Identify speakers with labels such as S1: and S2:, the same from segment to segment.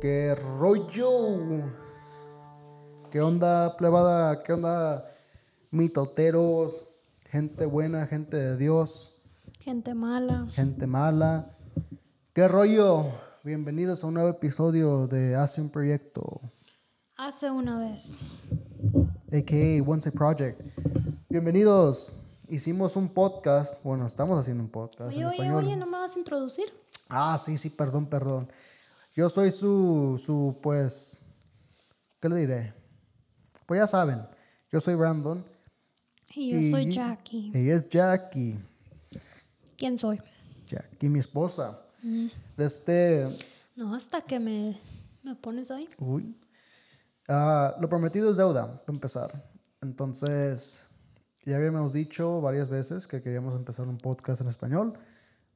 S1: ¿Qué rollo? ¿Qué onda, plebada? ¿Qué onda, mitoteros? Gente buena, gente de Dios,
S2: Gente mala.
S1: gente mala. ¿Qué rollo? Bienvenidos a un nuevo episodio de Hace un Proyecto,
S2: Hace una vez.
S1: a.k.a. Once a Project. Bienvenidos. Hicimos un podcast, bueno, estamos haciendo un podcast
S2: Oye,
S1: en
S2: oye,
S1: español.
S2: oye, ¿no me vas a introducir?
S1: Ah, sí, sí, perdón, perdón. Yo soy su, su, pues, ¿qué le diré? Pues ya saben, yo soy Brandon
S2: Y yo soy
S1: Y-
S2: Jackie.
S1: y es Jackie,
S2: ¿Quién soy?
S1: Jackie, mi esposa. De este,
S2: No, hasta que me, me pones ahí.
S1: uy, Ah, lo prometido es deuda, para empezar. Entonces, ya habíamos dicho varias veces que queríamos empezar un podcast en español.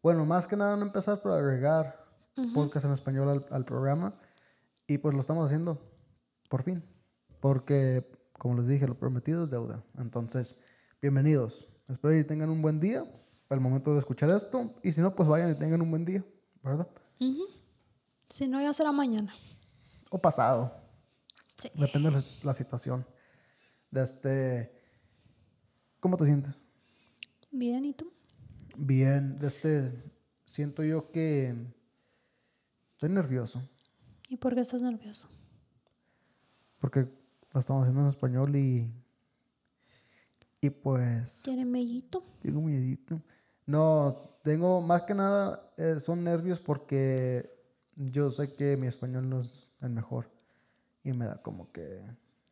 S1: Bueno, más que nada no empezar, pero agregar podcast en español al, al programa. Y pues lo estamos haciendo, por fin. Porque, como les dije, lo prometido es deuda. Entonces, bienvenidos. Espero que tengan un buen día al momento de escuchar esto. Y si no, pues vayan y tengan un buen día, ¿verdad?
S2: Ujú. Si no, ya será mañana.
S1: O pasado.
S2: Sí.
S1: Depende de la, la situación. De este. ¿Cómo te sientes?
S2: Bien, ¿y tú?
S1: Bien, de este. Siento yo que. Estoy nervioso.
S2: ¿Y por qué estás nervioso?
S1: Porque lo estamos haciendo en español y. Y pues.
S2: ¿Tienes mellito?
S1: Tengo miedito. No, tengo más que nada. eh, son nervios porque. Yo sé que mi español no es el mejor. Y me da como que.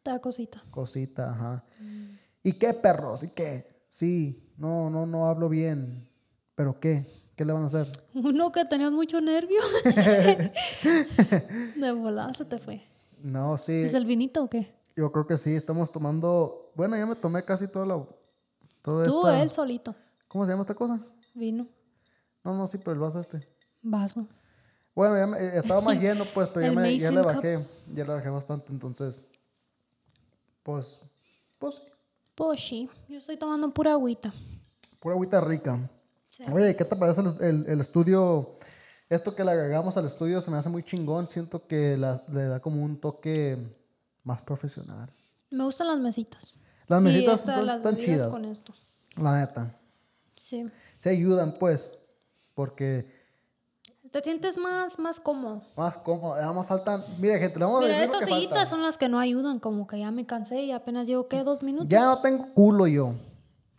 S2: Te da cosita.
S1: cosita, ajá.
S2: Mm.
S1: ¿Y qué, perros? ¿Y qué? Sí, no, no, no hablo bien. ¿Pero qué? ¿Qué le van a hacer?
S2: Uno que tenías mucho nervio. De volada se te fue.
S1: No, sí,
S2: ¿Es el vinito o qué?
S1: yo creo que sí, estamos tomando... Bueno, ya me tomé casi toda la... Toda
S2: Tú,
S1: esta...
S2: él solito.
S1: ¿Cómo se llama esta cosa?
S2: Vino.
S1: No, no, sí, pero el vaso este.
S2: Vaso.
S1: Bueno, ya me- eh, estaba más lleno, pues, pero ya,
S2: El
S1: me- ya le
S2: Mason Cup.
S1: bajé. Ya le bajé bastante, entonces... Pues, pues, sí,
S2: Pues sí. Yo estoy tomando pura agüita.
S1: pura agüita rica.
S2: Sí.
S1: Oye, ¿qué te parece el, el- el estudio? Esto que le agregamos al estudio se me hace muy chingón. Siento que la- le da como un toque más profesional.
S2: Me gustan las mesitas.
S1: Las
S2: Y
S1: mesitas
S2: esta,
S1: están,
S2: las
S1: están
S2: bebidas
S1: chidas,
S2: con esto.
S1: la neta.
S2: Sí.
S1: Se ayudan, pues, porque
S2: Te sientes más, más cómodo.
S1: más cómodo. Nada más faltan. Mira, gente, le vamos a
S2: Mira,
S1: decir lo
S2: estas
S1: que falta.
S2: sillitas son las que no ayudan, como que ya me cansé y apenas llevo, ¿qué? ¿Dos minutos?
S1: Ya no tengo culo yo.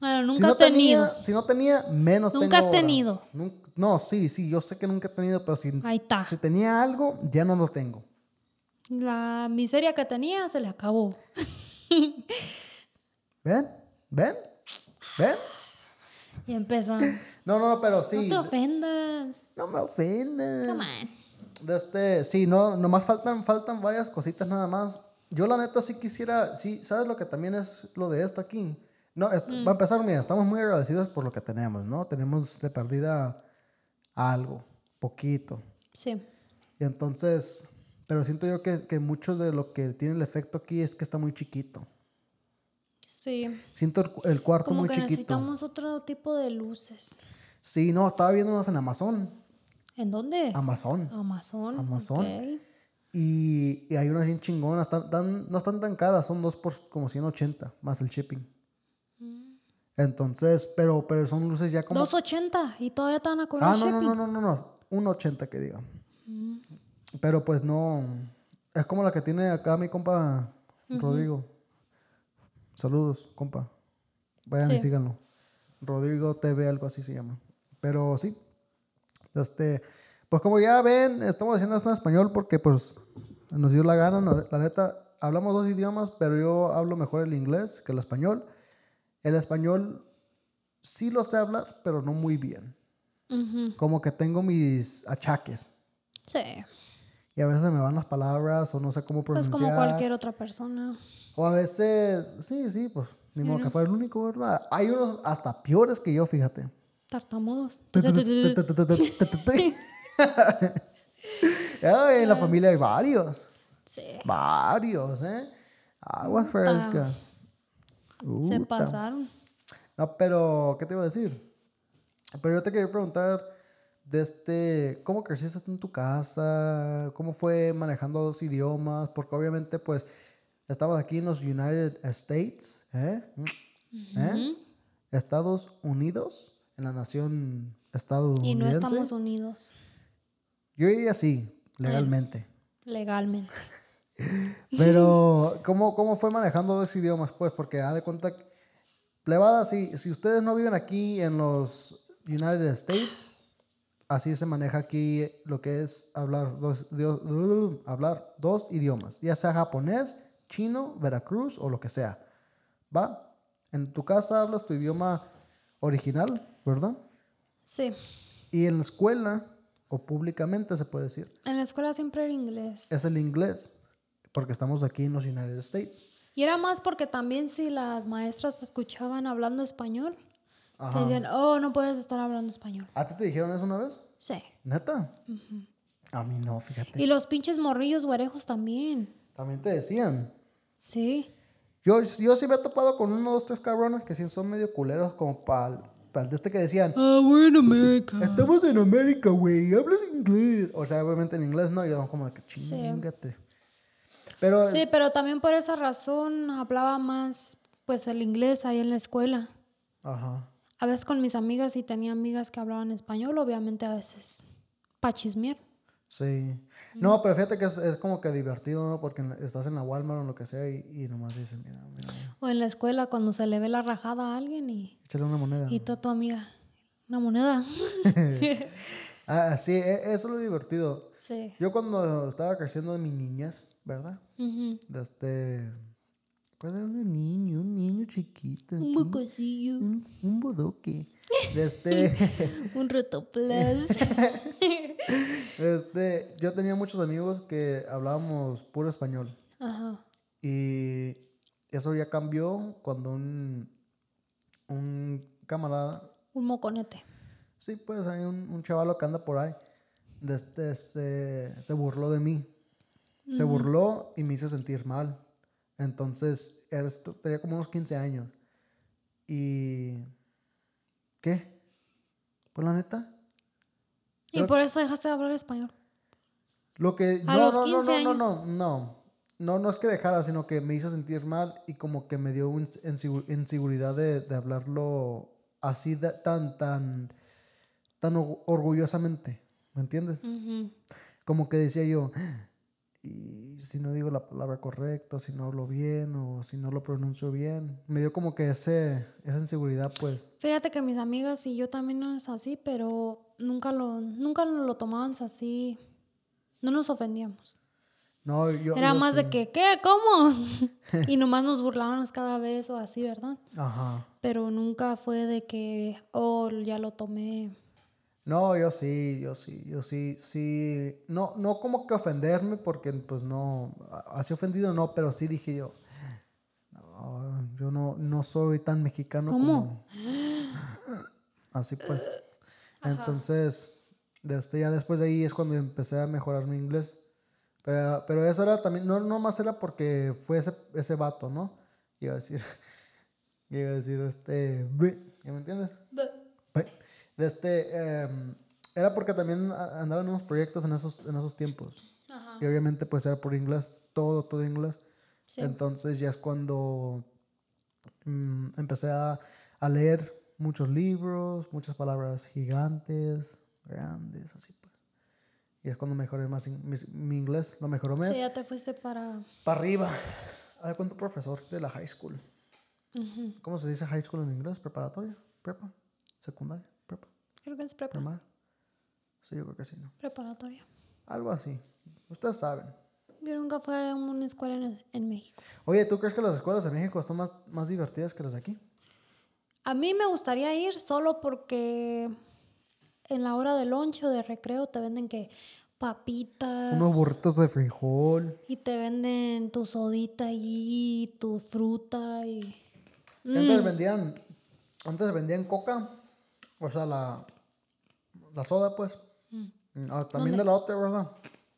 S2: Bueno, nunca
S1: Si no
S2: has tenido.
S1: Tenía, si no tenía, menos
S2: Nunca
S1: tengo
S2: has
S1: ahora.
S2: tenido.
S1: Nun- no, sí, sí, yo sé que nunca he tenido, pero si,
S2: Ahí está.
S1: si tenía algo, ya no lo tengo.
S2: La miseria que tenía se le acabó.
S1: ¿Ven? ¿Ven? ¿Ven?
S2: Y empezamos.
S1: No, no, no, pero sí.
S2: No te ofendas.
S1: No me ofendes.
S2: Come on.
S1: Pues, De este, sí, no, nomás faltan, faltan varias cositas nada más. Yo la neta sí quisiera, sí, ¿sabes lo que también es lo de esto aquí? No, es-
S2: Mm.
S1: va a empezar, mira, estamos muy agradecidos por lo que tenemos, ¿no? Tenemos de perdida algo, poquito.
S2: Sí.
S1: Y entonces, pero siento yo que, que mucho de lo que tiene el efecto aquí es que está muy chiquito.
S2: Sí.
S1: Siento el, cu- el cuarto
S2: Como
S1: muy
S2: que
S1: chiquito.
S2: necesitamos otro tipo de luces.
S1: Sí, no, estaba viendo unas en Amazon.
S2: ¿En dónde?
S1: Amazon.
S2: Amazon.
S1: Amazon.
S2: ok.
S1: Y, y hay unas bien chingonas, tan- tan- no están tan caras, son dos por como 180 más el shipping. Entonces, pero, pero son luces ya como...
S2: 280 y todavía te van a cobrar
S1: ah, no, no,
S2: shipping.
S1: no, no, no, no, 180 que diga. Pero pues no, es como la que tiene acá mi compa Rodrigo. Saludos, compa. Vayan y
S2: Sí.
S1: síganlo. Rodrigo TV, algo así se llama. Pero sí, este, pues como ya ven, estamos haciendo esto en español porque pues nos dio la gana, no- la neta, hablamos dos idiomas, pero yo hablo mejor el inglés que el español. El español sí lo sé hablar, pero no muy bien.
S2: Ujú.
S1: Como que tengo mis achaques
S2: Sí.
S1: y a veces me van las palabras o no sé cómo
S2: Pues
S1: pronunciar.
S2: como cualquier otra persona.
S1: O a veces, sí, sí, pues ni modo que fuera el único, ¿verdad? Hay unos hasta peores que yo, fíjate.
S2: Tartamudos.
S1: Ay, en la familia hay varios.
S2: Sí.
S1: Varios, ¿eh? Aguas frescas.
S2: Ah, Se
S1: Uta.
S2: pasaron.
S1: No, pero, ¿qué te iba a decir? Pero yo te quería preguntar, de este, ¿cómo creciste tú en tu casa? ¿Cómo fue manejando dos idiomas? Porque obviamente, pues, estabas aquí en los United States, ¿eh? ¿Eh? Estados Unidos, en la nación estadounidense.
S2: Y no estamos unidos
S1: Yo diría así, legalmente.
S2: legalmente.
S1: Pero, ¿cómo, ¿cómo fue manejando dos idiomas? Pues, porque haz de cuenta, que- plebada, si, si ustedes no viven aquí en los United States, así se maneja aquí lo que es hablar dos, dio- hablar dos idiomas, ya sea japonés, chino, veracruz o lo que sea. ¿Va? En tu casa hablas tu idioma original, ¿verdad?
S2: Sí.
S1: Y en la escuela, o públicamente se puede decir,
S2: En la escuela siempre era inglés.
S1: es el inglés, porque estamos aquí en los United States.
S2: Y era más porque también si las maestras te escuchaban hablando español,
S1: Ajá.
S2: te decían, oh, no puedes estar hablando español.
S1: ¿A ti te dijeron eso una vez?
S2: Sí.
S1: ¿Neta? A mí no, fíjate.
S2: Y los pinches morrillos güerejos también.
S1: También te decían.
S2: Sí.
S1: Yo, yo sí me he topado con uno, dos, tres cabrones que sí son medio culeros como para de este que decían,
S2: Ah, we're in America.
S1: estamos en América, güey, hablas inglés. O sea, obviamente en inglés no, y yo como de que chingate. Pero
S2: Sí, pero también por esa razón hablaba más pues el inglés ahí en la escuela.
S1: Ajá.
S2: A veces con mis amigas y tenía amigas que hablaban español, obviamente a veces para chismear.
S1: Sí. No, pero fíjate que es, es como que divertido, ¿no? Porque en la- estás en la Walmart o lo que sea y, y nomás dices, mira, mira,
S2: O en la escuela cuando se le ve la rajada a alguien y,
S1: échale una moneda.
S2: y tú a tu amiga, una moneda.
S1: Ah, sí, e- eso es lo divertido.
S2: sí.
S1: Yo cuando estaba creciendo en mi niñez, ¿verdad?
S2: Ujú.
S1: De este... Cuando era un niño, un niño chiquito,
S2: Un mocosillo,
S1: un, un bodoque. De este...
S2: un rotoplas.
S1: este, yo tenía muchos amigos que hablábamos puro español.
S2: Ajá.
S1: Y eso ya cambió cuando un, un camarada,
S2: Un moconete.
S1: sí, pues hay un, un chavalo que anda por ahí, de este, este, se burló de mí. Se burló y me hizo sentir mal. Entonces, era esto- tenía como unos 15 años. Y... ¿Qué? Pues la neta.
S2: Y por eso dejaste de hablar español.
S1: Lo que.
S2: A
S1: no,
S2: los
S1: no,
S2: 15
S1: no, no, no, no, no. No, no es que dejara, sino que me hizo sentir mal y como que me dio un insegu- inseguridad de, de hablarlo así de- tan, tan, tan or- orgullosamente. ¿Me entiendes?
S2: Ujú.
S1: Como que decía yo, y si no digo la palabra correcta, si no hablo bien o si no lo pronuncio bien. Me dio como que ese, esa inseguridad, pues.
S2: Fíjate que mis amigas y yo también no es así, pero nunca lo, nunca nos lo tomábamos así. No nos ofendíamos.
S1: No, yo.
S2: Era
S1: yo
S2: más
S1: sí.
S2: de que, ¿qué? ¿Cómo? y nomás nos burlábamos cada vez o así, ¿verdad?
S1: Ajá.
S2: Pero nunca fue de que, oh, ya lo tomé.
S1: No, yo sí, yo sí, yo sí, sí. No, no como que ofenderme, porque pues no, a- así ofendido no, pero sí dije yo, no, yo no, no soy tan mexicano como.
S2: ¿Cómo?
S1: Así pues. Entonces, desde ya después de ahí es cuando empecé a mejorar mi inglés. Pero, pero eso era también, no nomás era porque fue ese, ese vato, ¿no? Iba a decir, iba a decir, este, ¿ya me entiendes? Bueno, de este, em, era porque también a- andaba en unos proyectos en esos, en esos tiempos.
S2: Ajá.
S1: Y obviamente pues era por inglés, todo, todo inglés.
S2: Sí.
S1: Entonces ya es cuando mm, empecé a, a leer muchos libros, muchas palabras gigantes, grandes, así pues. Y es cuando mejoré más in- mis- mi inglés, lo mejoró más.
S2: Sí, ya te fuiste para...
S1: Para arriba. A ver, ¿cuánto profesor de la high school?
S2: Ujú.
S1: ¿Cómo se dice high school en inglés? ¿Preparatoria? ¿Prepa? ¿Secundaria? ¿Prepa?
S2: Creo que es prepa,
S1: primaria. Sí, yo creo que sí, ¿no?
S2: preparatoria.
S1: Algo así. Ustedes saben.
S2: Yo nunca fui a una escuela en, en México.
S1: Oye, ¿tú crees que las escuelas de México están más, más divertidas que las de aquí?
S2: A mí me gustaría ir solo porque en la hora del lonche o de recreo te venden que papitas
S1: Unos burritos de frijol.
S2: y te venden tu sodita y tu fruta y Mm.
S1: Antes vendían, antes vendían coca, o sea, la, la soda, pues.
S2: Mm.
S1: Ah, también de la otra, ¿verdad?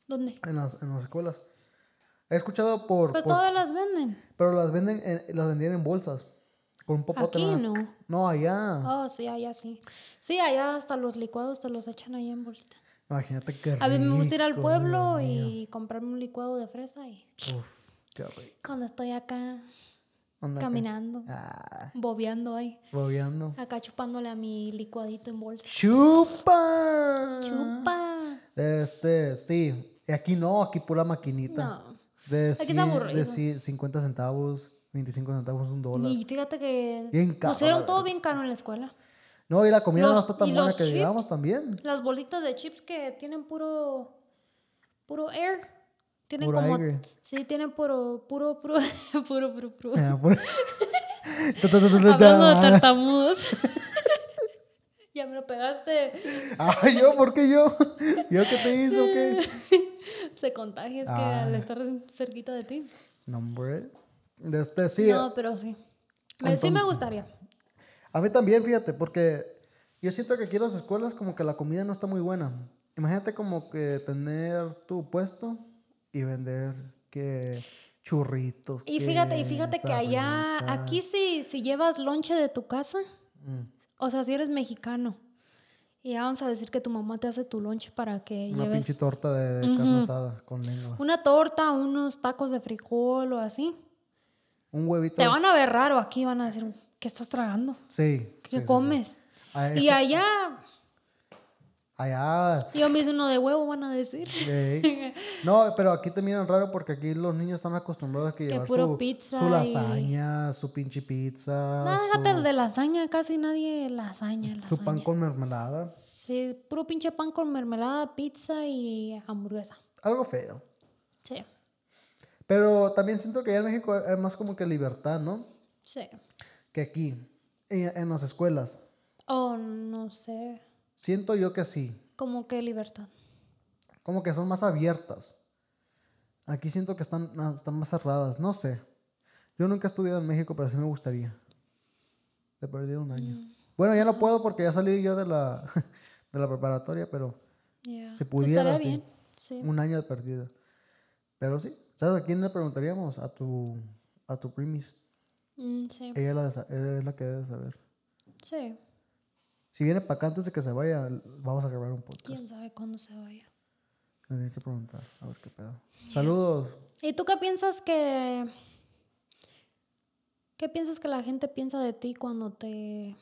S2: ¿dónde?
S1: En las, en las escuelas. He escuchado por...
S2: Pues
S1: por-
S2: todas las venden.
S1: pero las, venden en- las vendían en bolsas. Con un popote
S2: Aquí
S1: nada más. Ah.
S2: no.
S1: No, allá.
S2: Oh, sí, allá sí. Sí, allá hasta los licuados te los echan ahí en bolsita.
S1: Imagínate qué rico.
S2: A mí me gusta ir al pueblo
S1: Dios mío.
S2: y comprarme un licuado de fresa y
S1: Uf, qué rico.
S2: cuando estoy acá
S1: Anda acá.
S2: caminando,
S1: Ah,
S2: bobeando ahí,
S1: bobeando.
S2: acá chupándole a mi licuadito en bolsa.
S1: ¡Chupa!
S2: Chupa.
S1: Este, sí. Y Aquí no, aquí pura maquinita.
S2: No.
S1: De,
S2: Aquí está
S1: cien-
S2: aburrido.
S1: de cien- 50 centavos, 25 centavos, un dólar.
S2: Y fíjate que
S1: Bien caro,
S2: nos dieron
S1: la
S2: todo bien caro en la escuela.
S1: No, y la comida no
S2: Los-
S1: está tan
S2: y
S1: buena
S2: los
S1: que digamos
S2: chips.
S1: también.
S2: Las bolsitas de chips que tienen puro puro air. Tienen
S1: Puro
S2: como
S1: aire.
S2: Sí, tienen puro puro puro puro puro. puro.
S1: Ah, pura- Ta, ta, ta, ta, ta,
S2: Hablando de
S1: ta.
S2: tartamudos. ya me lo pegaste.
S1: Ah, yo, ¿por qué yo? ¿Yo qué te hice o qué?
S2: Se contagia, es que
S1: Ah.
S2: al estar cerquita de ti.
S1: No, hombre. De Este, sí,
S2: No, pero sí. Me- sí me gustaría.
S1: a mí también, fíjate, porque yo siento que aquí en las escuelas como que la comida no está muy buena. Imagínate como que tener tu puesto y vender que churritos.
S2: Y fíjate, y
S1: que
S2: fíjate que allá,
S1: sabritas.
S2: aquí si, si llevas lonche de tu casa,
S1: Mm.
S2: o sea, si eres mexicano, y ya vamos a decir que tu mamá te hace tu lonche para que
S1: Una
S2: lleves
S1: pinche torta de carne asada con lengua.
S2: una torta, unos tacos de frijol o así.
S1: Un huevito.
S2: Te van a ver raro aquí, van a decir, ¿qué estás tragando?
S1: Sí.
S2: ¿Qué
S1: sí, sí, sí.
S2: comes?
S1: Ah, es
S2: Y
S1: que-
S2: allá,
S1: Allá.
S2: yo me hice uno de huevo, van a decir.
S1: Ey. No, pero aquí te miran raro porque aquí los niños están acostumbrados a que, llevar
S2: puro
S1: su,
S2: pizza
S1: su
S2: y-
S1: lasaña, su pinche pizza,
S2: No,
S1: Ah, su,
S2: déjate el de lasaña, casi nadie lasaña,
S1: su
S2: lasaña.
S1: pan con mermelada.
S2: Sí, puro pinche pan con mermelada, pizza y hamburguesa.
S1: Algo feo.
S2: Sí,
S1: Pero también siento que allá en México es más como que libertad, ¿no?
S2: sí.
S1: Que aquí, en, en las escuelas.
S2: Oh, no sé.
S1: Siento yo que sí.
S2: Como que libertad.
S1: Como que son más abiertas. Aquí siento que están, ah, están más cerradas. No sé. Yo nunca he estudiado en México, pero sí me gustaría. Te perdí un año.
S2: Mm.
S1: Bueno, ya no puedo porque ya salí yo de la, de la preparatoria, pero
S2: ya.
S1: Si pudiera,
S2: Estaría
S1: sí.
S2: bien. Sí.
S1: un año de perdido. Pero sí. ¿Sabes a quién le preguntaríamos? A tu, a tu primis.
S2: Mm, sí.
S1: Ella la sa- ella es la que debe saber.
S2: Sí.
S1: Si viene para acá antes de que se vaya, vamos a grabar un podcast.
S2: Quién sabe cuándo se vaya.
S1: Tendría que preguntar. A ver qué pedo. Saludos.
S2: ¿Y tú qué piensas que. ¿Qué piensas que la gente piensa de ti cuando te.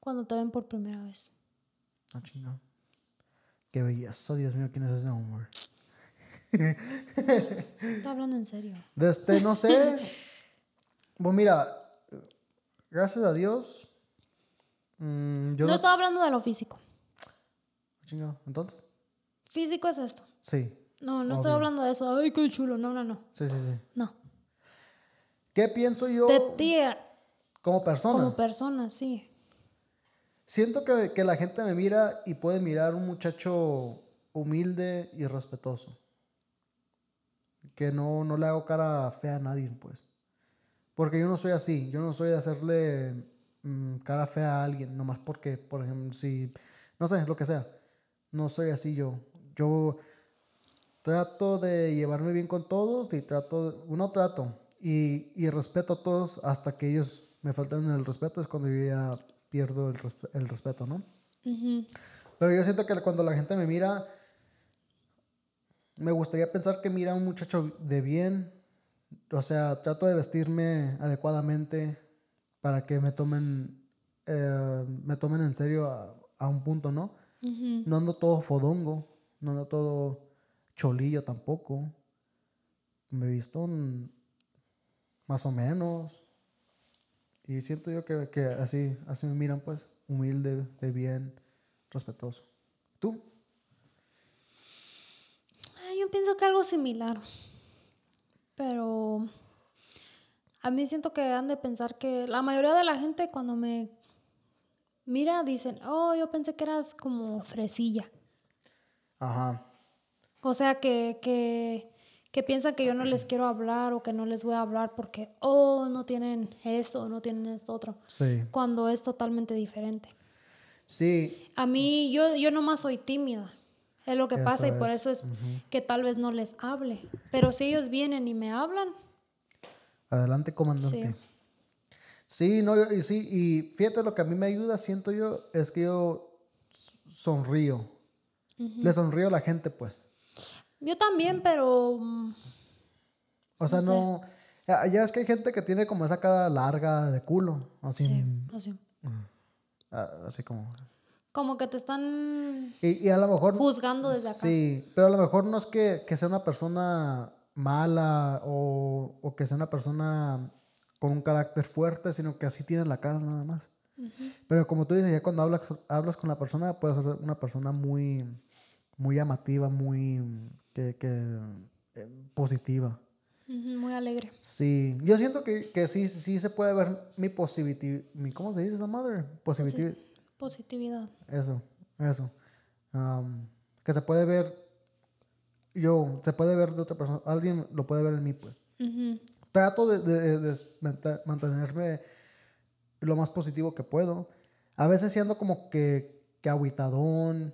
S2: cuando te ven por primera vez?
S1: Ah, chinga. Qué belleza, Dios mío, ¿quién es ese hombre?
S2: Te hablan en serio.
S1: De este, no sé. pues mira, gracias a Dios. mm, yo
S2: No
S1: no. Ah,
S2: estaba hablando de lo físico.
S1: chinga, entonces.
S2: Físico es esto.
S1: Sí,
S2: No, no estoy hablando de eso. Ay, qué chulo. No, no, no.
S1: sí, sí, sí.
S2: No.
S1: ¿Qué pienso yo
S2: De ti eh,
S1: como persona?
S2: como persona, sí.
S1: Siento que, que la gente me mira y puede mirar un muchacho humilde y respetuoso. Que no, no le hago cara fea a nadie, pues. Porque yo no soy así. Yo no soy de hacerle mm, cara fea a alguien. Nomás porque, por ejemplo, si... No sé, lo que sea. No soy así yo. Yo trato de llevarme bien con todos y trato... Uno trato. Y, y respeto a todos hasta que ellos me faltan el respeto. Es cuando yo ya pierdo el, resp- el respeto, ¿no?
S2: Ujú.
S1: Pero yo siento que cuando la gente me mira, me gustaría pensar que mira a un muchacho de bien. O sea, trato de vestirme adecuadamente para que me tomen, eh, me tomen en serio a, a un punto, ¿no?
S2: Ujú.
S1: No ando todo fodongo, no ando todo cholillo tampoco. Me he visto un- más o menos. Y siento yo que, que así, así me miran, pues, humilde, de bien, respetuoso. ¿Tú?
S2: Ay, yo pienso que algo similar. Pero a mí siento que han de pensar que la mayoría de la gente cuando me mira dicen, oh, yo pensé que eras como fresilla.
S1: Ajá.
S2: O sea, que, que, que piensan que yo no les quiero hablar o que no les voy a hablar porque, oh, no tienen esto, no tienen esto otro.
S1: Sí.
S2: Cuando es totalmente diferente.
S1: Sí,
S2: A mí, yo, yo nomás soy tímida. Es lo que
S1: Eso
S2: pasa y por
S1: es,
S2: eso es que tal vez no les hable. Pero si ellos vienen y me hablan,
S1: adelante, comandante. Sí. Sí, no, yo- y sí, y fíjate lo que a mí me ayuda, siento yo, es que yo sonrío. Le sonrío a la gente, pues.
S2: Yo también, pero mm,
S1: O sea, no. Ya, ya es que hay gente que tiene como esa cara larga de culo, así,
S2: sí, así.
S1: a- así como.
S2: Como que te están
S1: Y, y a lo mejor.
S2: juzgando desde acá.
S1: Sí, pero a lo mejor no es que, que sea una persona mala o, o que sea una persona con un carácter fuerte, sino que así tiene la cara nada más. Pero como tú dices, ya cuando hablas, hablas con la persona, puede ser una persona muy, muy llamativa, muy que, que, eh, positiva.
S2: Ujú, Muy alegre.
S1: Sí, yo siento que, que sí, sí se puede ver mi positivity, mi, ¿cómo se dice esa madre? Positivity.
S2: Positividad.
S1: Eso, eso. Am, que se puede ver, yo, se puede ver de otra persona, alguien lo puede ver en mí, pues.
S2: Ujú,
S1: Trato de, de- de s- manta- mantenerme lo más positivo que puedo. A veces siendo como que, que aguitadón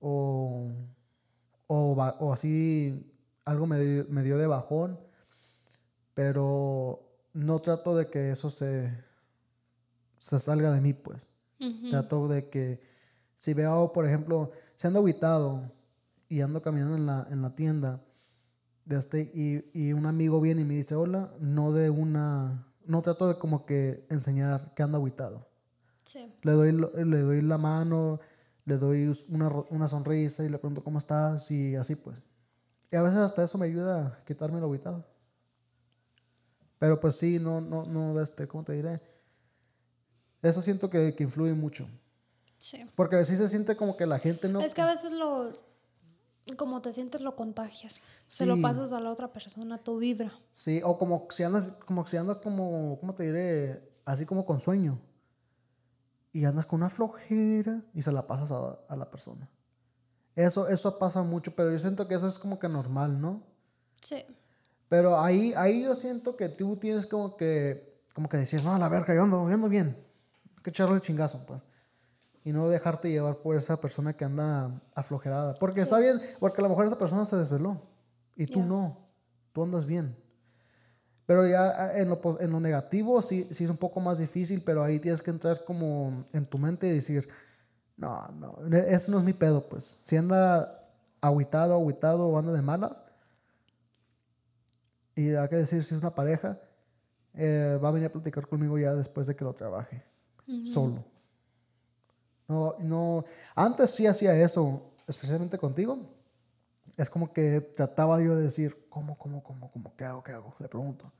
S1: o, o, ba- o así, algo me, dio- me dio de bajón, pero no trato de que eso se, se salga de mí, pues.
S2: ujú.
S1: Trato de que si veo, por ejemplo, si ando aguitado y ando caminando en la, en la tienda de este, y, y un amigo viene y me dice hola, no de una, no trato de como que enseñar que ando aguitado.
S2: Sí.
S1: Le doy, lo- le doy la mano, le doy us- una, ro- una sonrisa y le pregunto cómo estás y así pues. Y a veces hasta eso me ayuda a quitarme lo aguitado. Pero pues sí, no, no, no, de este, ¿cómo te diré? Eso siento que, que influye mucho.
S2: sí.
S1: Porque así se siente como que la gente no.
S2: Es que a veces lo. Como te sientes, lo contagias. Se lo
S1: Sí.
S2: pasas a la otra persona, tu vibra.
S1: Sí, o como si andas, como si andas como, ¿cómo te diré? Así como con sueño. Y andas con una flojera y se la pasas a, a la persona. Eso, eso pasa mucho, pero yo siento que eso es como que normal, ¿no?
S2: Sí.
S1: Pero ahí, ahí yo siento que tú tienes como que, como que decir, no, a la verga, yo ando, yo ando bien. Hay que echarle el chingazo, pues. Y no dejarte llevar por esa persona que anda aflojerada. Porque está bien, porque a lo mejor esa persona se desveló. Y tú
S2: Ya.
S1: no. Tú andas bien. Pero ya ah, en lo, po- en lo negativo sí, sí es un poco más difícil, pero ahí tienes que entrar como en tu mente y decir, no, no, e- ese no es mi pedo, pues. Si anda aguitado, aguitado o anda de malas, y hay que decir si es una pareja, eh, va a venir a platicar conmigo ya después de que lo trabaje, solo. No, no, antes sí hacía eso, especialmente contigo. Es como que trataba yo de decir, ¿cómo, cómo, cómo, cómo, qué hago, qué hago? Le pregunto.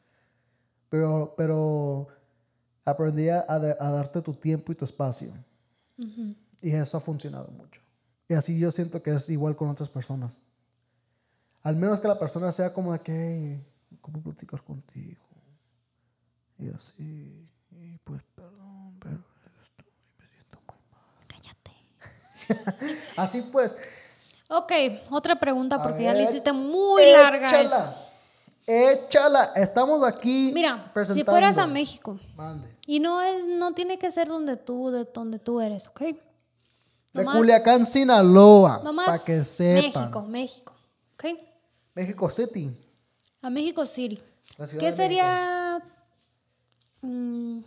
S1: Pero, pero aprendí a, a de- a darte tu tiempo y tu espacio.
S2: Ujú.
S1: Y eso ha funcionado mucho. Y así yo siento que es igual con otras personas. Al menos que la persona sea como de que, "Hey, ¿cómo platicar contigo? Y así, y pues perdón, pero esto, y me siento muy mal.
S2: Cállate.
S1: Así pues.
S2: Ok, otra pregunta
S1: A
S2: porque ya la
S1: ver,
S2: hiciste muy larga. esa.
S1: Échala. Échala. Estamos aquí.
S2: Mira, si
S1: presentando.
S2: fueras a México,
S1: Mande.
S2: y no es, no tiene que ser donde tú, de donde tú eres, ¿ok?
S1: De
S2: Nomás-
S1: Culiacán, Sinaloa.
S2: Nomás
S1: para que sepan.
S2: México, México, ¿ok?
S1: México City.
S2: A México City.
S1: La ciudad
S2: ¿Qué
S1: de
S2: sería? mm,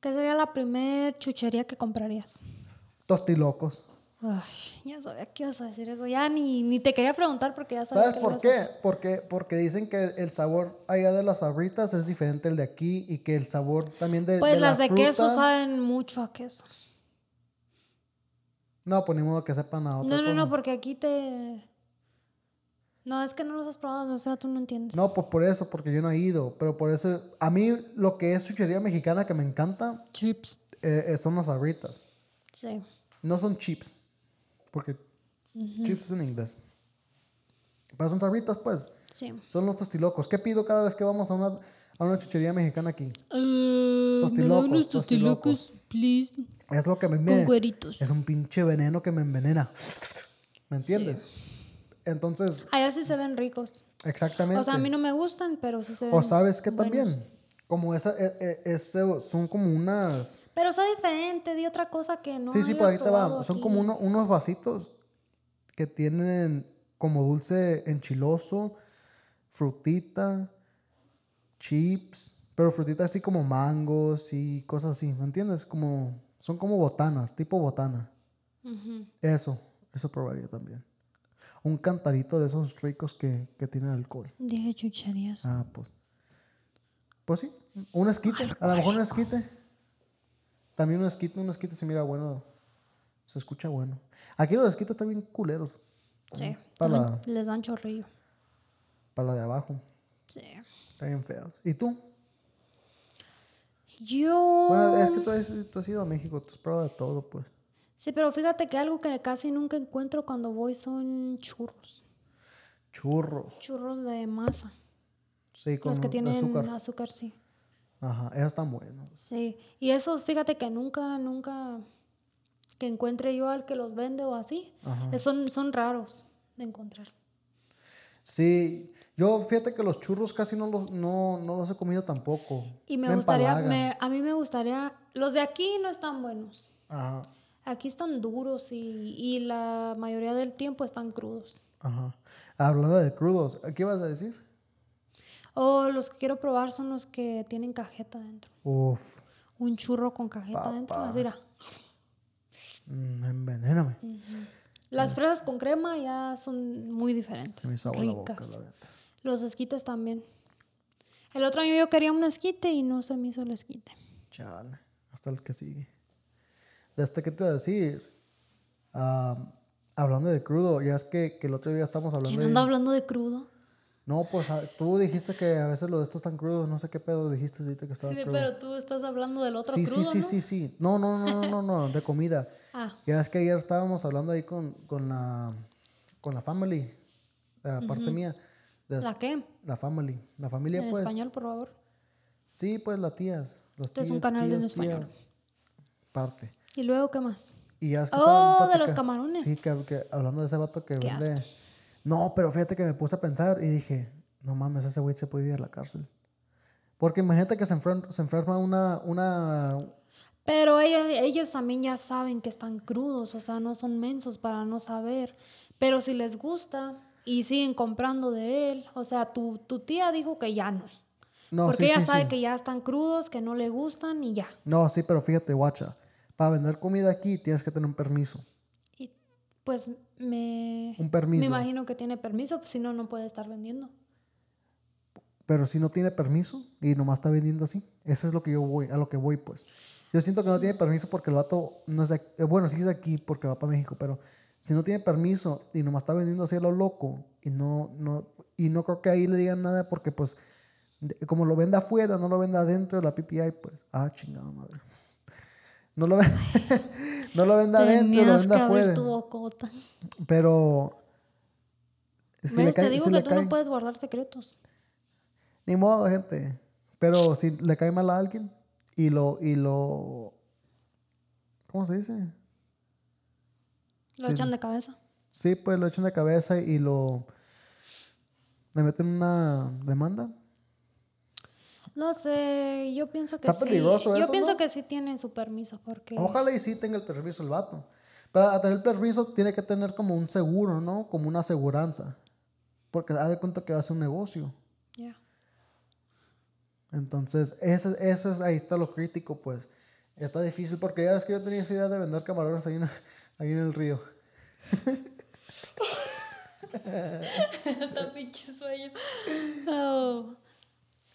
S2: ¿Qué sería la primer chuchería que comprarías?
S1: México. Tostilocos.
S2: Ay, ya sabía que ibas a decir eso. Ya ni, ni te quería preguntar porque ya sabía
S1: ¿Sabes
S2: que lo
S1: por
S2: ibas a
S1: qué? Porque, porque dicen que el sabor allá de las sabritas es diferente al de aquí y que el sabor también de,
S2: Pues
S1: de
S2: las
S1: la
S2: de
S1: fruta...
S2: queso saben mucho a queso.
S1: No, pues ni modo que sepan a otra
S2: No, no,
S1: cosa.
S2: no, porque aquí te. No, es que no los has probado, o sea, tú no entiendes.
S1: No, pues por eso, porque yo no he ido. Pero por eso, a mí lo que es chuchería mexicana que me encanta
S2: Chips.
S1: eh, eh, son las sabritas.
S2: Sí.
S1: No son chips, porque chips es en inglés. Pero son sabritas, pues.
S2: Sí.
S1: Son los tostilocos. ¿Qué pido cada vez que vamos a una, a una chuchería mexicana aquí?
S2: Eh, me
S1: Tostilocos, unos tostilocos,
S2: please.
S1: Es lo que a mí
S2: Con
S1: me...
S2: cueritos.
S1: Es un pinche veneno que me envenena. ¿Me entiendes? Entonces,
S2: Allá sí se ven ricos.
S1: exactamente.
S2: O sea, a mí no me gustan, pero sí se ven.
S1: O sabes que también, como esa, e- e- ese- son como unas...
S2: Pero está diferente, di otra cosa que no.
S1: sí, sí, por
S2: hayas
S1: ahí te
S2: probado
S1: va. Son
S2: aquí.
S1: como uno- unos vasitos que tienen como dulce enchiloso, frutita, chips, Pero frutitas así como mangos y cosas así, ¿me entiendes? Como, son como botanas, tipo botana.
S2: Ujú.
S1: Eso, eso probaría también. Un cantarito de esos ricos que, que tienen alcohol.
S2: Dije chucherías.
S1: Ah, pues. Pues sí, un esquite. A lo mejor un esquite. También un esquite, un esquite se mira bueno. Se escucha bueno. Aquí los esquites están bien culeros.
S2: sí.
S1: para-
S2: también Les dan chorrillo.
S1: Para la de abajo.
S2: Sí.
S1: Están bien feos. ¿Y tú?
S2: Yo.
S1: Bueno, es que tú has, tú has ido a México, tú has probado de todo, pues.
S2: Sí, pero fíjate que algo que casi nunca encuentro cuando voy son churros.
S1: Churros.
S2: Churros de masa.
S1: Sí, con
S2: los que
S1: un-
S2: tienen azúcar.
S1: azúcar.
S2: sí.
S1: Ajá, esos están buenos.
S2: Sí. Y esos, fíjate que nunca, nunca que encuentre yo al que los vende o así.
S1: Ajá.
S2: Eh, Son, son raros de encontrar.
S1: Sí, yo fíjate que los churros casi no los, no, no los he comido tampoco.
S2: Y me, gustaría,
S1: empalagan.
S2: me- a mí me gustaría, los de aquí no están buenos.
S1: Ajá,
S2: Aquí están duros y, y la mayoría del tiempo están crudos.
S1: ajá. Hablando de crudos, ¿qué ibas a decir?
S2: O los que quiero probar son los que tienen cajeta dentro.
S1: Uf,
S2: Un churro con cajeta dentro. Así era.
S1: mm, envenéname.
S2: Las fresas con crema ya son muy diferentes.
S1: Se me hizo agua la boca,
S2: ricas.
S1: la neta.
S2: Los esquites también. El otro año yo quería un esquite y no se me hizo el esquite.
S1: Chale, hasta el que sigue. De este que te iba a decir, Ah, hablando de crudo, ya es que, que el otro día estamos hablando
S2: ¿Quién
S1: de...
S2: anda hablando de crudo?
S1: No, pues ah, tú dijiste que a veces los de estos tan crudos, no sé qué pedo dijiste ahorita que estaba crudo.
S2: Pero tú estás hablando del otro
S1: sí,
S2: crudo,
S1: sí, sí,
S2: ¿no?
S1: sí, sí. No, no, no, no, no, no, de comida.
S2: Ah,
S1: Ya es que ayer estábamos hablando ahí con, con la con la family, la parte mía, de la,
S2: ¿la qué?
S1: la family, la familia
S2: en
S1: pues.
S2: español, por favor.
S1: Sí, pues las tías, los
S2: Este es un canal de en español.
S1: parte.
S2: ¿Y luego qué más?
S1: Y ya es que
S2: Oh,
S1: estaban
S2: de los
S1: platica-
S2: camarones.
S1: Sí, que, que hablando de ese vato que
S2: Qué
S1: vende. No, pero fíjate que me puse a pensar y dije, no mames, ese güey se puede ir a la cárcel. Porque imagínate que se enfer- se enferma, una, una.
S2: Pero ellos, ellos también ya saben que están crudos, o sea, no son mensos para no saber. Pero si les gusta y siguen comprando de él, o sea, tu, tu tía dijo que ya no.
S1: No,
S2: porque
S1: sí,
S2: ella
S1: sí,
S2: sabe
S1: sí.
S2: que ya están crudos, que no le gustan y ya.
S1: No, sí, pero fíjate, guacha. Para vender comida aquí tienes que tener un permiso.
S2: Y pues me,
S1: Un
S2: me
S1: permiso.
S2: imagino que tiene permiso, pues, si no, no puede estar vendiendo.
S1: Pero si no tiene permiso y nomás está vendiendo así, eso es lo que yo voy, a lo que voy, pues. Yo siento que no tiene permiso porque el vato no es de aquí. eh, Bueno, sí es de aquí porque va para México, pero si no tiene permiso y nomás está vendiendo así a lo loco y no, no, y no creo que ahí le digan nada porque, pues, de- como lo venda afuera, no lo venda adentro de la PPI, pues, ah, chingada madre. No lo, ve- no lo venda adentro, lo
S2: Tenías que
S1: venda afuera.
S2: abrir tu bocota.
S1: Pero. Si
S2: ¿Ves?
S1: le cae,
S2: Te digo
S1: si
S2: que
S1: le
S2: tú
S1: cae-
S2: no puedes guardar secretos.
S1: Ni modo, gente. Pero si le cae mal a alguien y lo. Y lo ¿Cómo se dice?
S2: Lo
S1: Sí.
S2: echan de cabeza.
S1: Sí, pues lo echan de cabeza y lo. Le meten una demanda.
S2: No sé, yo pienso que
S1: Está
S2: sí.
S1: peligroso
S2: yo
S1: eso,
S2: pienso
S1: ¿no?
S2: que sí tienen su permiso porque
S1: Ojalá y sí tenga el permiso el vato. Para tener el permiso tiene que tener como un seguro, ¿no? Como una aseguranza. Porque ha de cuenta que va a ser un negocio.
S2: Ya.
S1: Entonces, ese, ese es, ahí está lo crítico, pues. Está difícil porque ya ves que yo tenía esa idea de vender camarones ahí en, ahí en el río.
S2: Está pinche sueño. Oh.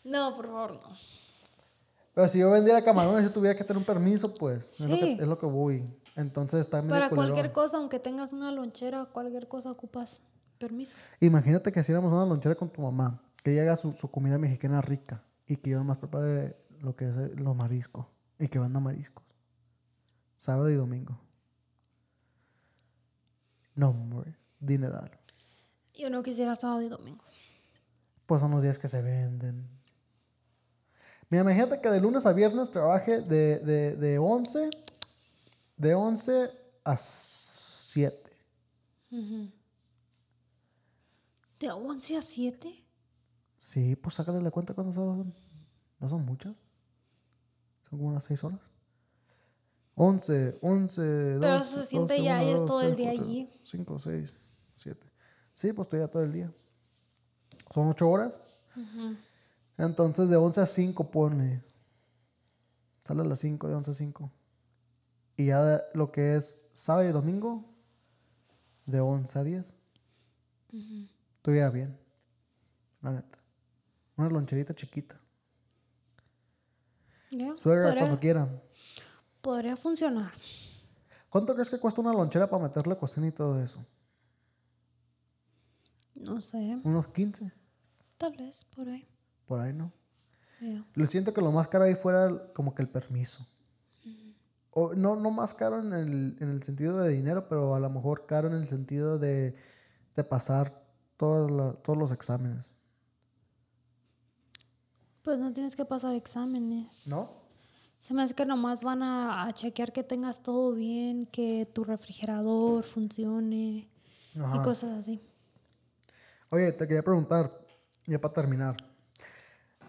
S2: No, por favor, no.
S1: Pero si yo vendiera camarones, yo tuviera que tener un permiso, pues. Es, lo que,
S2: Sí.
S1: es lo que voy. Entonces está medio
S2: Para
S1: culero.
S2: cualquier cosa, aunque tengas una lonchera, cualquier cosa ocupas permiso.
S1: Imagínate que hiciéramos una lonchera con tu mamá, que ella haga su, su comida mexicana rica y que yo nomás prepare lo que es eh, los mariscos y que venda mariscos. Sábado y domingo. No, hombre, dineral.
S2: Yo no quisiera sábado y domingo.
S1: Pues son los días que se venden. Mira, imagínate que de lunes a viernes trabaje de, de, de 11, de 11 a 7.
S2: ¿De 11 a 7?
S1: Sí, pues sácale la cuenta cuántas horas son. No son muchas. Son como unas 6 horas. 11, 11, 12.
S2: Pero eso se siente ya, ya es todo el día allí.
S1: 5, 6, 7. Sí, pues estoy ya todo el día. Son 8 horas. Entonces de 11 a 5 ponle. Sale a las 5, de 11 a 5. Y ya de- lo que es sábado y domingo, de 11 a 10. Estuviera bien. La neta. Una loncherita chiquita.
S2: Ya,
S1: Suegra
S2: Podría,
S1: cuando quiera.
S2: podría funcionar.
S1: ¿Cuánto crees que cuesta una lonchera para meterle cocina y todo eso?
S2: No sé,
S1: ¿Unos 15?
S2: tal vez por ahí.
S1: Por ahí no.
S2: Ya.
S1: Lo siento que lo más caro ahí fuera el- como que el permiso. O, no, no más caro en el, en el sentido de dinero, pero a lo mejor caro en el sentido de, de pasar todas la- todos los exámenes.
S2: Pues no tienes que pasar exámenes.
S1: ¿No?
S2: Se me hace que nomás van a, a chequear que tengas todo bien, que tu refrigerador funcione y
S1: Ajá.
S2: cosas así.
S1: Oye, te quería preguntar, ya para terminar.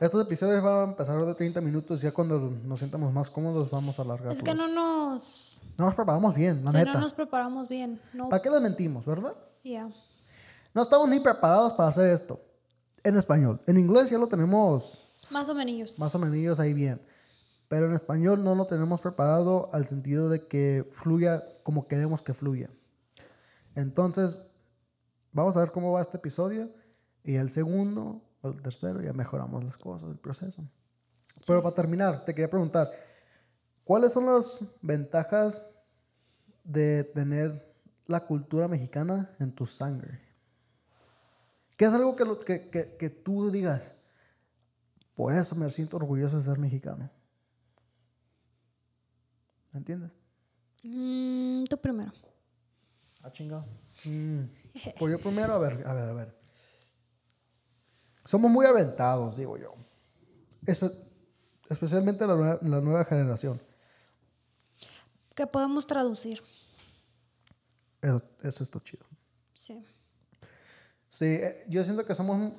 S1: Estos episodios van a empezar de 30 minutos, ya cuando nos sentamos más cómodos vamos a alargar.
S2: Es que no nos,
S1: No nos preparamos bien, la
S2: si
S1: neta.
S2: no nos preparamos bien. No,
S1: ¿Para qué les mentimos, verdad?
S2: ya.
S1: No estamos ni preparados para hacer esto. En español. En inglés ya lo tenemos
S2: Más o menos.
S1: más o menos ahí bien. Pero en español no lo tenemos preparado al sentido de que fluya como queremos que fluya. Entonces, vamos a ver cómo va este episodio. Y el segundo, o el tercero, ya mejoramos las cosas, el proceso. Pero para terminar, te quería preguntar, ¿cuáles son las ventajas de tener la cultura mexicana en tu sangre? ¿Qué es algo que, lo- que, que- que tú digas? Por eso me siento orgulloso de ser mexicano. ¿Me entiendes?
S2: Mm, tú primero.
S1: Ah, chingado. Mm. Pues yo primero, a ver, a ver, a ver. Somos muy aventados, digo yo. Espe- especialmente la nueva, la nueva generación.
S2: Que podemos traducir.
S1: Eso, eso está chido.
S2: Sí.
S1: Sí, eh, yo siento que somos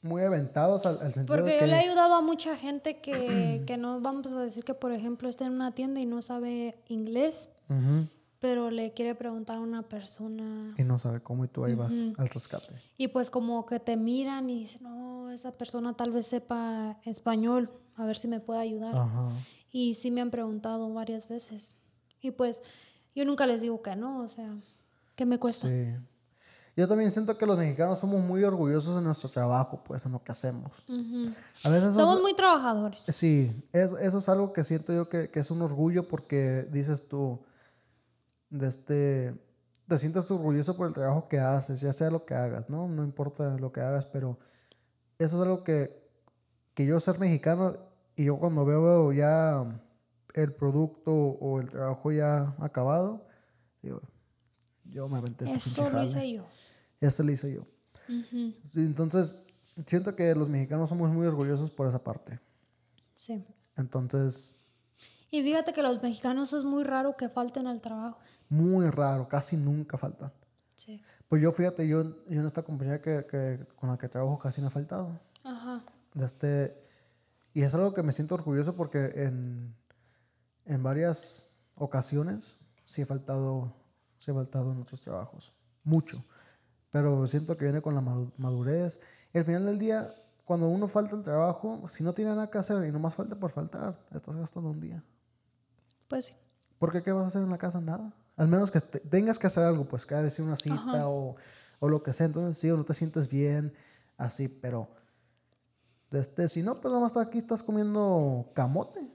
S1: muy aventados al, al sentido
S2: Porque
S1: de
S2: yo
S1: que...
S2: le he ayudado a mucha gente que, que no vamos a decir que, por ejemplo, está en una tienda y no sabe inglés,
S1: Ujú.
S2: pero le quiere preguntar a una persona.
S1: Y no sabe cómo y tú ahí vas al rescate.
S2: Y pues como que te miran y dicen, no, esa persona tal vez sepa español, a ver si me puede ayudar.
S1: Ajá.
S2: Y sí me han preguntado varias veces. Y pues yo nunca les digo que no, o sea, que me cuesta.
S1: Sí. Yo también siento que los mexicanos somos muy orgullosos de nuestro trabajo, pues, en lo que hacemos.
S2: Ujú.
S1: A veces eso-
S2: Somos muy trabajadores.
S1: Sí, es- eso es algo que siento yo que, que es un orgullo porque dices tú, de este, te sientes orgulloso por el trabajo que haces, ya sea lo que hagas, ¿no? No importa lo que hagas, pero eso es algo que, que yo ser mexicano y yo cuando veo ya el producto o el trabajo ya acabado, digo, yo me aventé ese pinche
S2: Eso lo
S1: jale.
S2: hice yo.
S1: Eso lo hice yo.
S2: Ujú,
S1: Sí, Entonces, siento que los mexicanos somos muy orgullosos por esa parte.
S2: Sí.
S1: Entonces...
S2: Y fíjate que los mexicanos es muy raro que falten al trabajo.
S1: Muy raro, casi nunca faltan.
S2: Sí.
S1: Pues yo, fíjate, yo, yo en esta compañía que, que- con la que trabajo casi no he faltado.
S2: Ajá.
S1: De este, y es algo que me siento orgulloso porque en, en varias ocasiones sí he faltado, sí he faltado en otros trabajos. Mucho. Pero siento que viene con la madu- madurez. Y al final del día, cuando uno falta el trabajo, si no tiene nada que hacer y nomás falta por faltar, estás gastando un día.
S2: Pues sí.
S1: Porque ¿qué vas a hacer en la casa? Nada. Al menos que te- tengas que hacer algo, pues que ha de ser una cita o, o lo que sea. Entonces sí, o no te sientes bien, así, pero... Desde, si no, pues nada más aquí estás comiendo camote.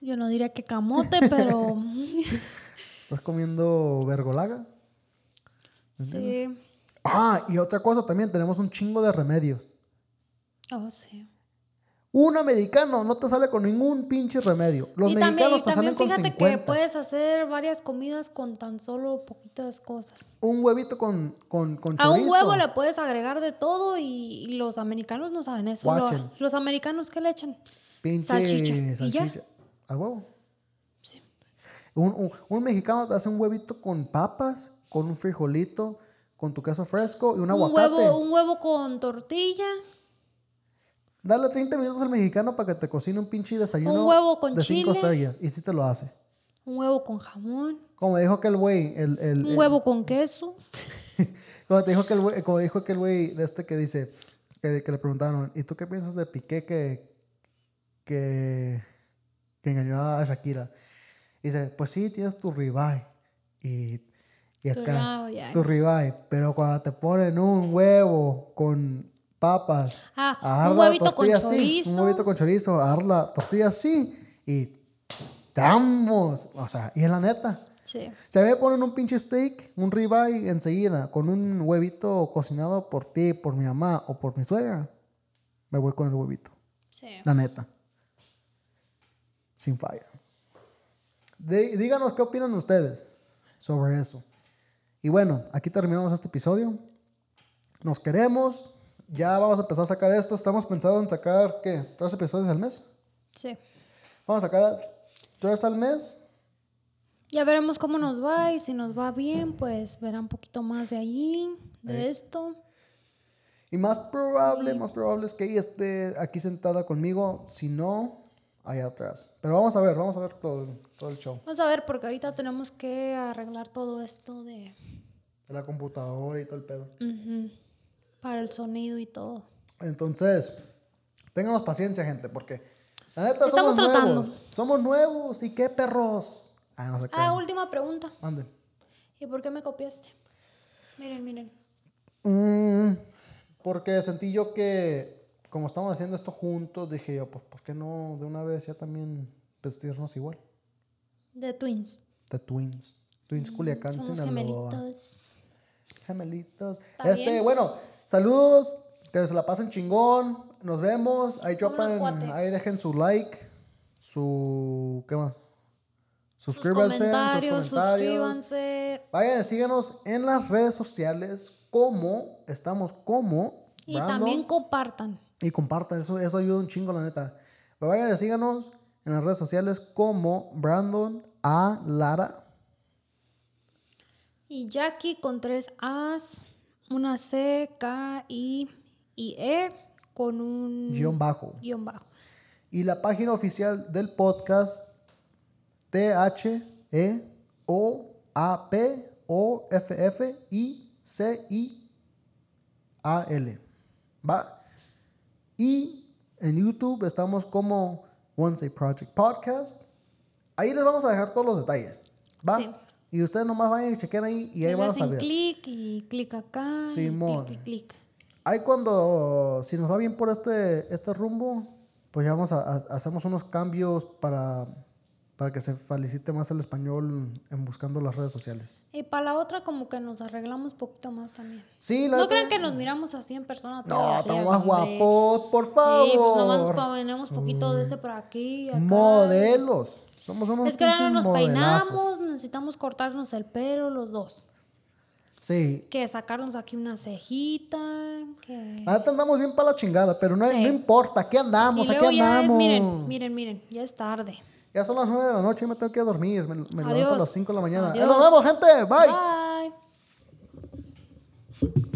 S2: Yo no diría que camote, pero
S1: Estás comiendo vergolaga.
S2: sí.
S1: Ah, y otra cosa también, tenemos un chingo de remedios.
S2: Oh, sí.
S1: Un americano no te sale con ningún pinche remedio. Los
S2: y
S1: mexicanos
S2: también, y
S1: te salen
S2: también
S1: con
S2: fíjate
S1: 50.
S2: que puedes hacer varias comidas con tan solo poquitas cosas.
S1: Un huevito con, con, con
S2: A un
S1: chorizo.
S2: huevo le puedes agregar de todo y, y los americanos no saben eso. Lo-
S1: Guachen.
S2: los americanos que le echan.
S1: Pinche
S2: Salchicha, y ya.
S1: salchicha. Al huevo.
S2: Sí.
S1: Un, un- un mexicano te hace un huevito con papas, con un frijolito, con tu queso fresco y un,
S2: Un
S1: aguacate.
S2: huevo, un huevo con tortilla,
S1: Dale 30 minutos al mexicano para que te cocine un pinche desayuno
S2: Un huevo con
S1: de 5
S2: chile.
S1: estrellas. Y si te lo hace.
S2: un huevo con jamón,
S1: Como dijo aquel güey, el, el-
S2: un huevo con queso.
S1: como te dijo aquel güey, como dijo aquel güey de este que dice, que, que le preguntaron, ¿y tú qué piensas de Piqué que, que, que engañó a Shakira? Y dice, pues sí, tienes tu ribeye y, y
S2: Tu
S1: acá,
S2: rabo, ya.
S1: tu ribeye, pero cuando te ponen un huevo con papas,
S2: Ah,
S1: agarra
S2: un
S1: la
S2: huevito con
S1: tortilla así, un
S2: chorizo.
S1: huevito con chorizo, agarra la tortilla así y ¡damos! O sea, y es la neta.
S2: Sí.
S1: Si a mí me ponen un pinche steak, un ribeye enseguida, con un huevito cocinado por ti, por mi mamá o por mi suegra, me voy con el huevito.
S2: Sí.
S1: La neta. Sin falla. De- díganos qué opinan ustedes sobre eso. Y bueno, aquí terminamos este episodio. Nos queremos. Ya vamos a empezar a sacar esto. Estamos pensando en sacar, ¿qué? ¿Tres episodios al mes?
S2: Sí.
S1: Vamos a sacar tres al mes.
S2: Ya veremos cómo nos va y si nos va bien, pues verá un poquito más de allí, de
S1: Eh.
S2: esto.
S1: Y más probable, más probable es que ella esté aquí sentada conmigo. Si no, allá atrás. Pero vamos a ver, vamos a ver todo, todo el show.
S2: Vamos a ver, porque ahorita tenemos que arreglar todo esto de
S1: De la computadora y todo el pedo.
S2: ujú, para el sonido y todo.
S1: Entonces, ténganos paciencia, gente, porque la neta somos
S2: Estamos tratando.
S1: nuevos. Somos nuevos y qué perros. Ah, no sé qué.
S2: Ah, última pregunta.
S1: Mande.
S2: ¿Y por qué me copiaste? Miren, miren.
S1: Mm, porque sentí yo que, como estamos haciendo esto juntos, dije yo, pues, ¿por qué no de una vez ya también vestirnos igual?
S2: De Twins.
S1: De Twins. Twins Culiacán,
S2: Mm, Somos
S1: Sinaloa.
S2: gemelitos.
S1: Gemelitos.
S2: Está
S1: Este,
S2: bien.
S1: bueno, saludos. Que se la pasen chingón. Nos vemos. Ahí
S2: Vámonos,
S1: dropen,
S2: cuate.
S1: ahí dejen su like, su ¿qué más? Suscríbanse, sus comentarios.
S2: comentarios, suscríbanse.
S1: Vayan, síganos en las redes sociales como estamos como
S2: Y
S1: Brandon.
S2: también compartan.
S1: y compartan, eso eso ayuda un chingo la neta. Pero vayan, síganos en las redes sociales como Brandon A Lara.
S2: Y Jackie con tres A's, una C, K, I y E con un
S1: Guión bajo.
S2: guión bajo.
S1: y la página oficial del podcast T H E O A P O F F I C I A L. Va. Y en YouTube estamos como Once a Project Podcast. Ahí les vamos a dejar todos los detalles. Va.
S2: Sí.
S1: Y ustedes nomás vayan y chequen ahí y
S2: Y
S1: ahí
S2: le
S1: van a
S2: hacen
S1: saber.
S2: clic y clic acá. y
S1: Simón.
S2: clic, clic, clic.
S1: Ahí cuando, si nos va bien por este, este rumbo, pues ya vamos a, a- hacemos unos cambios para, para que se felicite más el español en buscando las redes sociales.
S2: Y para la otra como que nos arreglamos poquito más también.
S1: Sí, la
S2: No
S1: neta-
S2: crean que nos miramos así en persona.
S1: No,
S2: todas,
S1: estamos
S2: eh,
S1: más
S2: hombre.
S1: guapos, por favor.
S2: Sí, pues nomás nos ponemos poquito de ese por aquí. acá.
S1: Modelos. Somos unos
S2: Es que ahora no
S1: pinches
S2: nos
S1: modelazos.
S2: peinamos, necesitamos cortarnos el pelo los dos.
S1: Sí.
S2: Que sacarnos aquí una cejita, que...
S1: La neta andamos bien para la chingada, pero no,
S2: Sí.
S1: no importa, aquí andamos,
S2: Y
S1: aquí
S2: luego ya es,
S1: andamos.
S2: miren, miren, miren, ya es tarde.
S1: Ya son las 9 de la noche y me tengo que ir a dormir. Me, me levanto a
S2: Adiós.
S1: las 5 de la mañana. Ahí
S2: Adiós.
S1: nos vemos, gente. Bye.
S2: Bye.